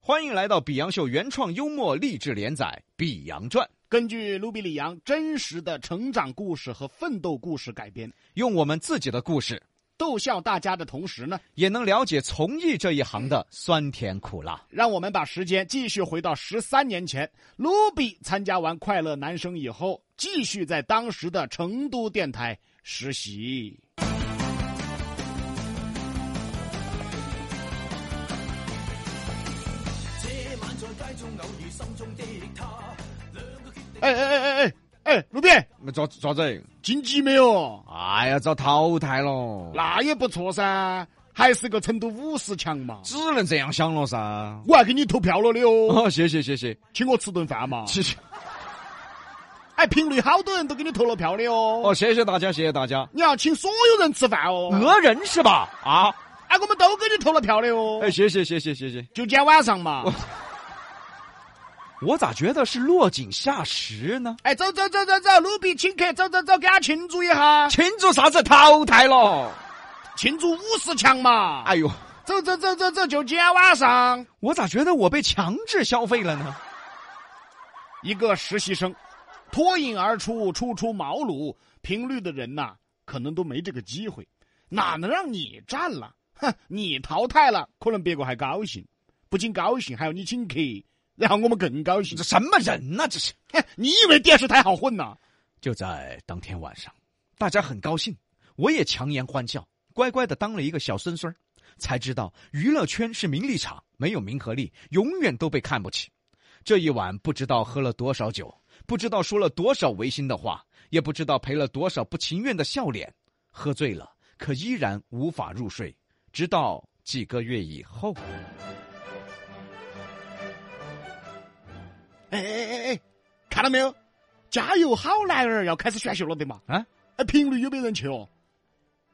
欢迎来到《比洋秀》原创幽默励志连载《比洋传》，根据卢比里昂真实的成长故事和奋斗故事改编，用我们自己的故事，逗笑大家的同时呢，也能了解从艺这一行的酸甜苦辣。让我们把时间继续回到十三年前，卢比参加完《快乐男声》以后，继续在当时的成都电台实习。哎哎哎哎哎哎，卢比，咋咋子？晋级没有？哎呀，遭淘汰 了，那也不错噻，还是个成都五十强嘛。只能这样想了噻。我还给你投票了的哦，哦，谢谢谢谢，请我吃顿饭嘛。谢谢哎，评论好多人都给你投了票的哦。哦，谢谢大家，谢谢大家。你要请所有人吃饭哦。讹人是吧？啊，哎，我们都给你投了票的哦。哎，哦谢谢谢谢谢谢。就今天晚上嘛。我咋觉得是落井下石呢？哎，走走走走走，卢比请客，走走走，给他庆祝一下，庆祝啥子淘汰了？庆祝五十强嘛。哎呦，走走走走走，就今天晚上。我咋觉得我被强制消费了呢？一个实习生脱颖而出，初出茅庐，评律的人呐、可能都没这个机会，哪能让你占了？哼，你淘汰了，可能别个还高兴，不仅高兴，还要你请客，然后我们更高兴这。什么人呐、这是。嘿你以为电视台好混呐、就在当天晚上，大家很高兴，我也强颜欢笑，乖乖的当了一个小孙孙儿才知道娱乐圈是名利场，没有名和利，永远都被看不起。这一晚不知道喝了多少酒，不知道说了多少违心的话，也不知道赔了多少不情愿的笑脸。喝醉了，可依然无法入睡，直到几个月以后。哎哎哎哎，看到没有？加油好男儿要开始选秀了的嘛？啊，哎，评论有没有人去哦？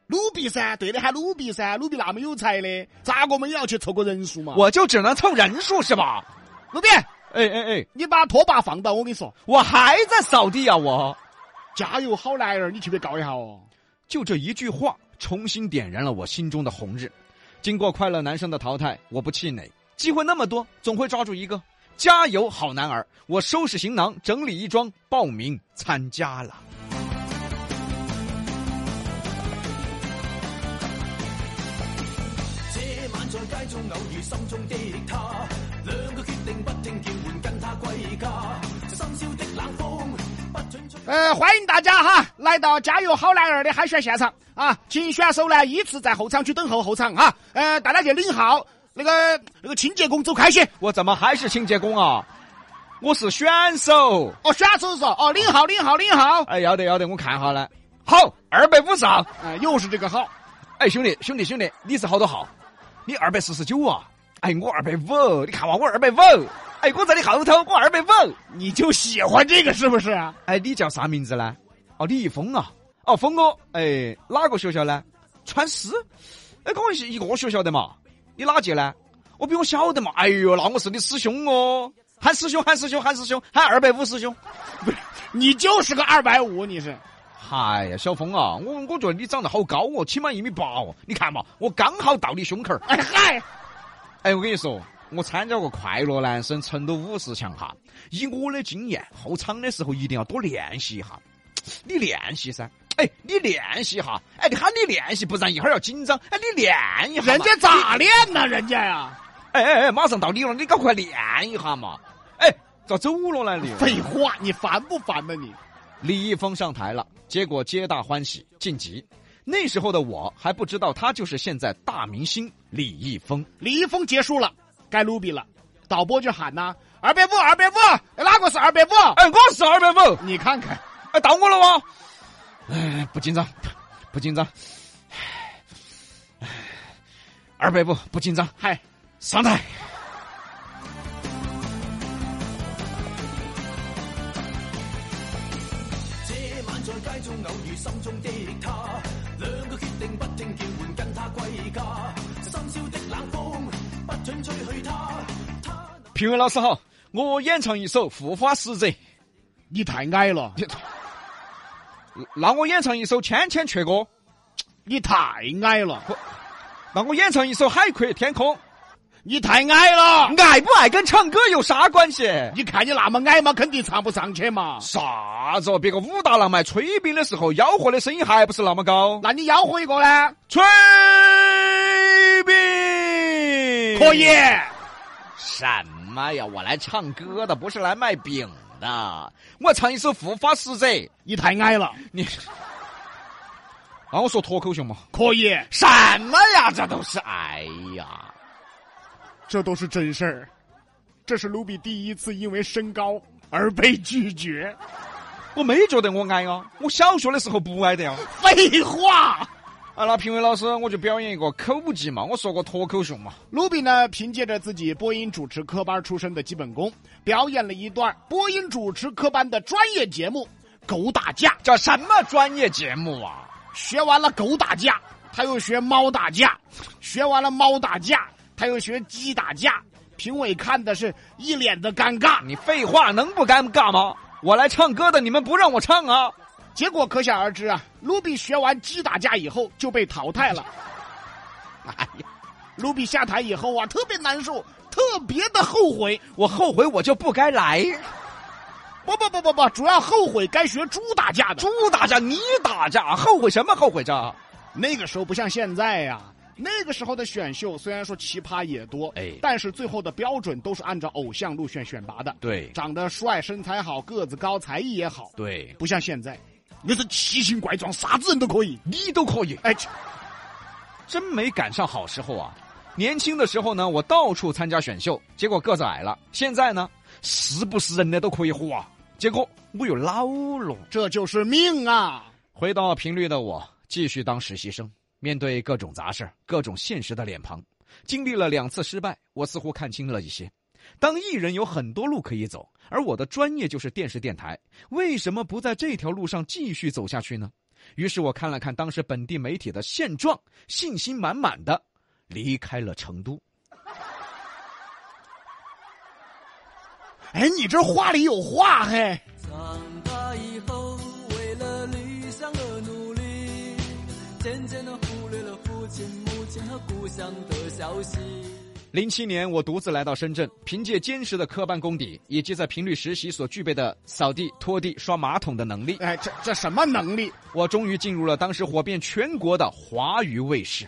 鲁比噻，对的，喊鲁比噻，鲁比那么有才的，咋个我们也要去凑个人数嘛？我就只能凑人数是吧？鲁比，哎哎哎，你把拖把放到，我跟你说，我还在扫地啊我。加油好男儿，你去别告一下哦。就这一句话，重新点燃了我心中的红日。经过快乐男生的淘汰，我不气馁，机会那么多，总会抓住一个。加油，好男儿！我收拾行囊，整理衣装，报名参加了。这晚在街中偶遇心中的他，兩個決定不聽叫喚，跟他歸家。這深宵的冷風，不准出。呃，欢迎大家哈，来到《加油好男儿》的海选现场啊！请选手呢依次在候场区等候候场哈。呃，大家去领号，那个那个清洁工走开些。我怎么还是清洁工啊？我是选手。哦，选手是哦哦，领号领号领号。哎，要得要得，我看下来。好，二百五十号。呃，又是这个号。哎，兄弟兄弟兄弟，你是好多号？你二百四十九啊？哎，我二百五。你看嘛，我二百五。哎，我在你后头，我二百五。你就喜欢这个是不是？啊哎，你叫啥名字呢？哦，李易峰啊。哦，峰哥，哎，哪个学校呢？川师。哎，跟我是一个学校的嘛。你哪届呢？我比我小的嘛。哎呦，那我是你师兄哦。喊师兄，喊师兄，喊师兄，喊二百五师兄。你就是个二百五，你是。哎呀，小峰啊，我我觉得你长得好高哦，起码一米八哦。你看嘛，我刚好到你胸口儿。哎嗨，哎，我跟你说，我参加过快乐男生成都五十强哈。以我的经验，后场的时候一定要多练习一下。你练习噻，哎，你练习一下，哎，你喊你练习，不然一会儿要紧张。哎，你练一下嘛，人家咋练呢？人家呀、哎哎哎，马上到你了，你赶快练一下嘛。哎，咋走了呢你？废话，你烦不烦呢？你李易峰上台了，结果皆大欢喜晋级。那时候的我还不知道他就是现在大明星李易峰。李易峰结束了，该卢比了，导播就喊呐、二百五，二百五，哪个是二百五？哎，我是二百五，你看看，哎，到我了哇！哎，不紧张，不紧张。二百五不紧张，嗨，上台。這晚在街中偶遇心中的他，兩個決定不聽叫喚，跟他歸家。這深宵的冷風，不准吹去他。他评委老师好，我演唱一首《护花使者》，你太矮了，那我演唱一首《千千阙歌》，你太矮了，那我演唱一首《海阔天空》，你太矮了，矮不矮跟唱歌有啥关系？你看你那么矮嘛，肯定唱不上去嘛。啥子？哦？别个武大郎卖炊饼的时候，吆喝的声音还不是那么高？那你吆喝一个呢？炊饼可以。什么呀？我来唱歌的，不是来卖饼的。我唱一首《护法使者》，你太矮了， 你让啊我说脱口秀嘛？可以，什么呀？这都是哎呀！这都是真事儿。这是卢比第一次因为身高而被拒绝。我没觉得我矮啊，我小学的时候不矮的呀。废话。啊，那评委老师，我就表演一个口技嘛，我说个脱口秀嘛。卢比呢，凭借着自己播音主持科班出身的基本功，表演了一段播音主持科班的专业节目《狗打架》。叫什么专业节目啊？学完了狗打架，他又学猫打架；学完了猫打架，他又学鸡打架。评委看的是一脸的尴尬，你废话能不尴尬吗？我来唱歌的，你们不让我唱啊？ 结果可想而知啊。卢比学完鸡打架以后就被淘汰了。哎呀，卢比下台以后啊，特别难受，特别的后悔。我后悔我就不该来。不不不不不，主要后悔该学猪打架的。猪打架，你打架，后悔什么后悔啊着？那个时候不像现在呀、那个时候的选秀虽然说奇葩也多，哎但是最后的标准都是按照偶像路线选拔的。对长得帅、身材好、个子高、才艺也好，对，不像现在，你是奇形怪状，啥子人都可以。你都可以，哎，真没赶上好时候啊。年轻的时候呢，我到处参加选秀，结果个子矮了。现在呢，是不是人的都可以火啊？结果我又老了。这就是命啊！回到频率的我，继续当实习生，面对各种杂事儿各种现实的脸庞，经历了两次失败，我似乎看清了一些。当艺人有很多路可以走，而我的专业就是电视电台，为什么不在这条路上继续走下去呢？于是我看了看当时本地媒体的现状，信心满满的离开了成都。哎，你这话里有话嘿。长大以后，为了理想而努力，渐渐的忽略了父亲、母亲和故乡的消息。零七年，我独自来到深圳，凭借坚实的科班功底，以及在频率实习所具备的扫地、拖地、刷马桶的能力，哎，这这什么能力？我终于进入了当时火遍全国的华娱卫视。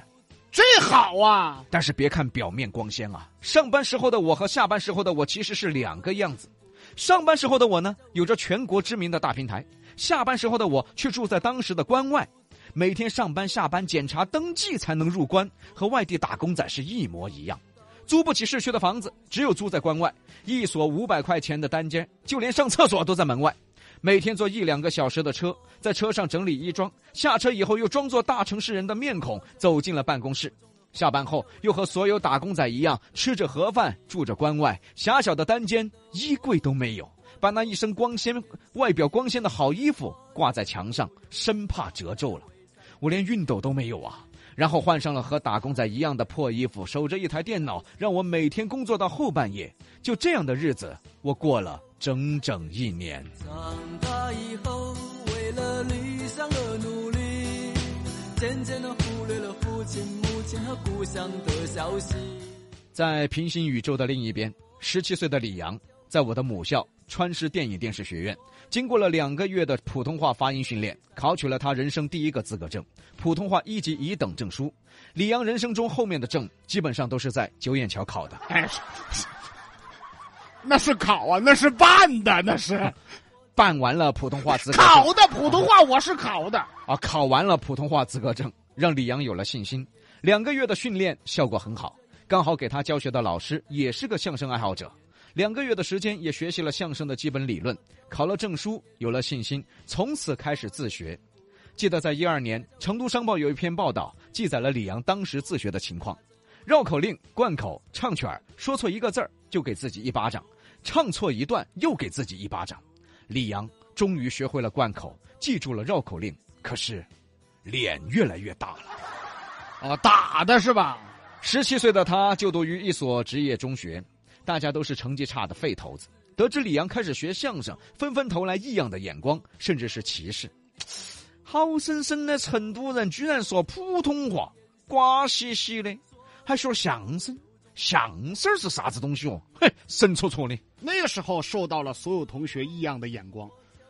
这好啊！但是别看表面光鲜啊，上班时候的我和下班时候的我其实是两个样子。上班时候的我呢，有着全国知名的大平台；下班时候的我却住在当时的关外，每天上班下班检查登记才能入关，和外地打工仔是一模一样。租不起市区的房子，只有租在关外，一所五百块钱的单间，就连上厕所都在门外。每天坐一两个小时的车，在车上整理衣装，下车以后又装作大城市人的面孔走进了办公室。下班后又和所有打工仔一样，吃着盒饭，住着关外，狭小的单间，衣柜都没有，把那一身光鲜、外表光鲜的好衣服挂在墙上，生怕褶皱了。我连熨斗都没有啊！然后换上了和打工仔一样的破衣服，守着一台电脑，让我每天工作到后半夜。就这样的日子，我过了整整一年。长大以后，为了理想而努力，渐渐的忽略了父亲、母亲和故乡的消息。在平行宇宙的另一边，十七岁的李阳在我的母校川师电影电视学院，经过了两个月的普通话发音训练，考取了他人生第一个资格证——普通话一级乙等证书。李阳人生中后面的证基本上都是在九眼桥考的。哎，是是那是考啊，那是办的，那是办完了普通话资格证 考的普通话，我是考的。啊，考完了普通话资格证，让李阳有了信心。两个月的训练效果很好，刚好给他教学的老师也是个相声爱好者。两个月的时间也学习了相声的基本理论，考了证书，有了信心，从此开始自学。记得在一二年，《成都商报》有一篇报道记载了李阳当时自学的情况：绕口令、贯口、唱曲儿，说错一个字儿就给自己一巴掌，唱错一段又给自己一巴掌。李阳终于学会了贯口，记住了绕口令，可是脸越来越大了。哦，打的是吧？十七岁的他就读于一所职业中学，大家都是成绩差的废头子。得知李阳开始学相声，纷纷投来异样的眼光，甚至是歧视。好生生的成都人居然说普通话，瓜兮兮的，还学相声，相声是啥子东西哦？嘿，神戳戳的。那个时候受到了所有同学异样的眼光，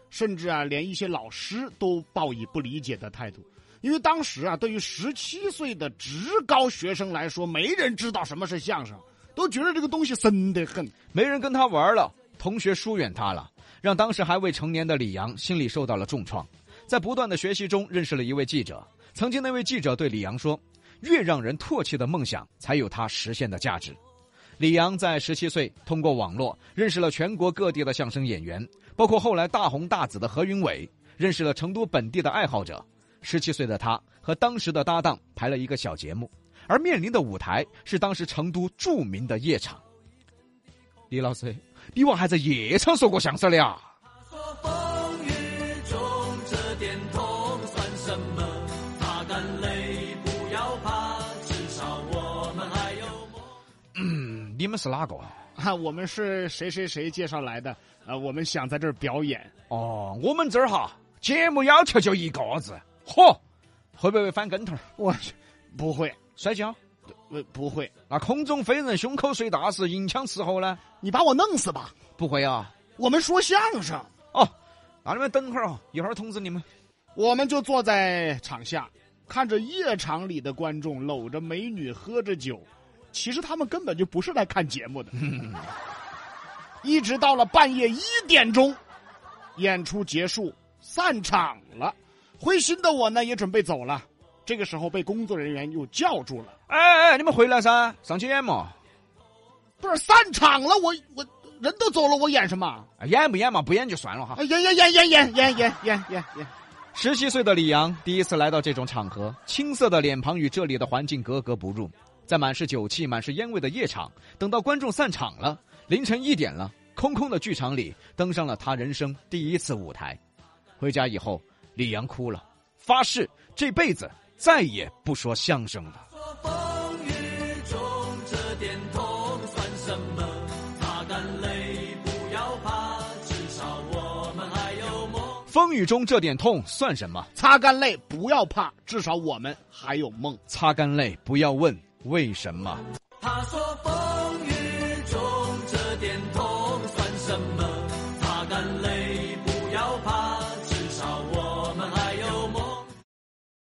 甚至啊，连一些老师都抱以不理解的态度。因为当时啊，对于十七岁的职高学生来说，没人知道什么是相声，都觉得这个东西深得很。没人跟他玩了，同学疏远他了，让当时还未成年的李阳心里受到了重创。在不断的学习中，认识了一位记者。曾经那位记者对李阳说：“越让人唾弃的梦想，才有它实现的价值。”李阳在十七岁通过网络认识了全国各地的相声演员，包括后来大红大紫的何云伟，认识了成都本地的爱好者。十七岁的他和当时的搭档排了一个小节目，而面临的舞台是当时成都著名的夜场。李老师，你娃还在夜场说过相声的啊？说风雨中这点痛算什么？擦干泪，不要怕，至少我们还有梦。嗯，你们是哪个？啊，我们是谁谁谁介绍来的？呃，我们想在这儿表演。哦，我们这儿哈，节目要求就一个字，嚯，会不会翻跟头儿、我去，不会，摔跤？不不会，那空中飞人、胸口碎大石、银枪伺候呢？你把我弄死吧！不会啊？我们说相声，哦，那你们等会儿哦，一会儿通知你们。我们就坐在场下，看着夜场里的观众搂着美女喝着酒，其实他们根本就不是来看节目的。一直到了半夜一点钟，演出结束，散场了。灰心的我呢，也准备走了。这个时候被工作人员又叫住了，哎哎，你们回来噻，上去演嘛，不是散场了，我我人都走了，我演什么？哎演不演嘛？不演就算了哈哎。演演演演演演演演演演。十七岁的李阳第一次来到这种场合，青涩的脸庞与这里的环境格格不入。在满是酒气、满是烟味的夜场，等到观众散场了，凌晨一点了，空空的剧场里登上了他人生第一次舞台。回家以后，李阳哭了，发誓这辈子再也不说相声了。说风雨中这点痛算什么？擦干泪，不要怕，至少我们还有梦。风雨中这点痛算什么？擦干泪，不要怕，至少我们还有梦。擦干泪，不要问为什么。他说风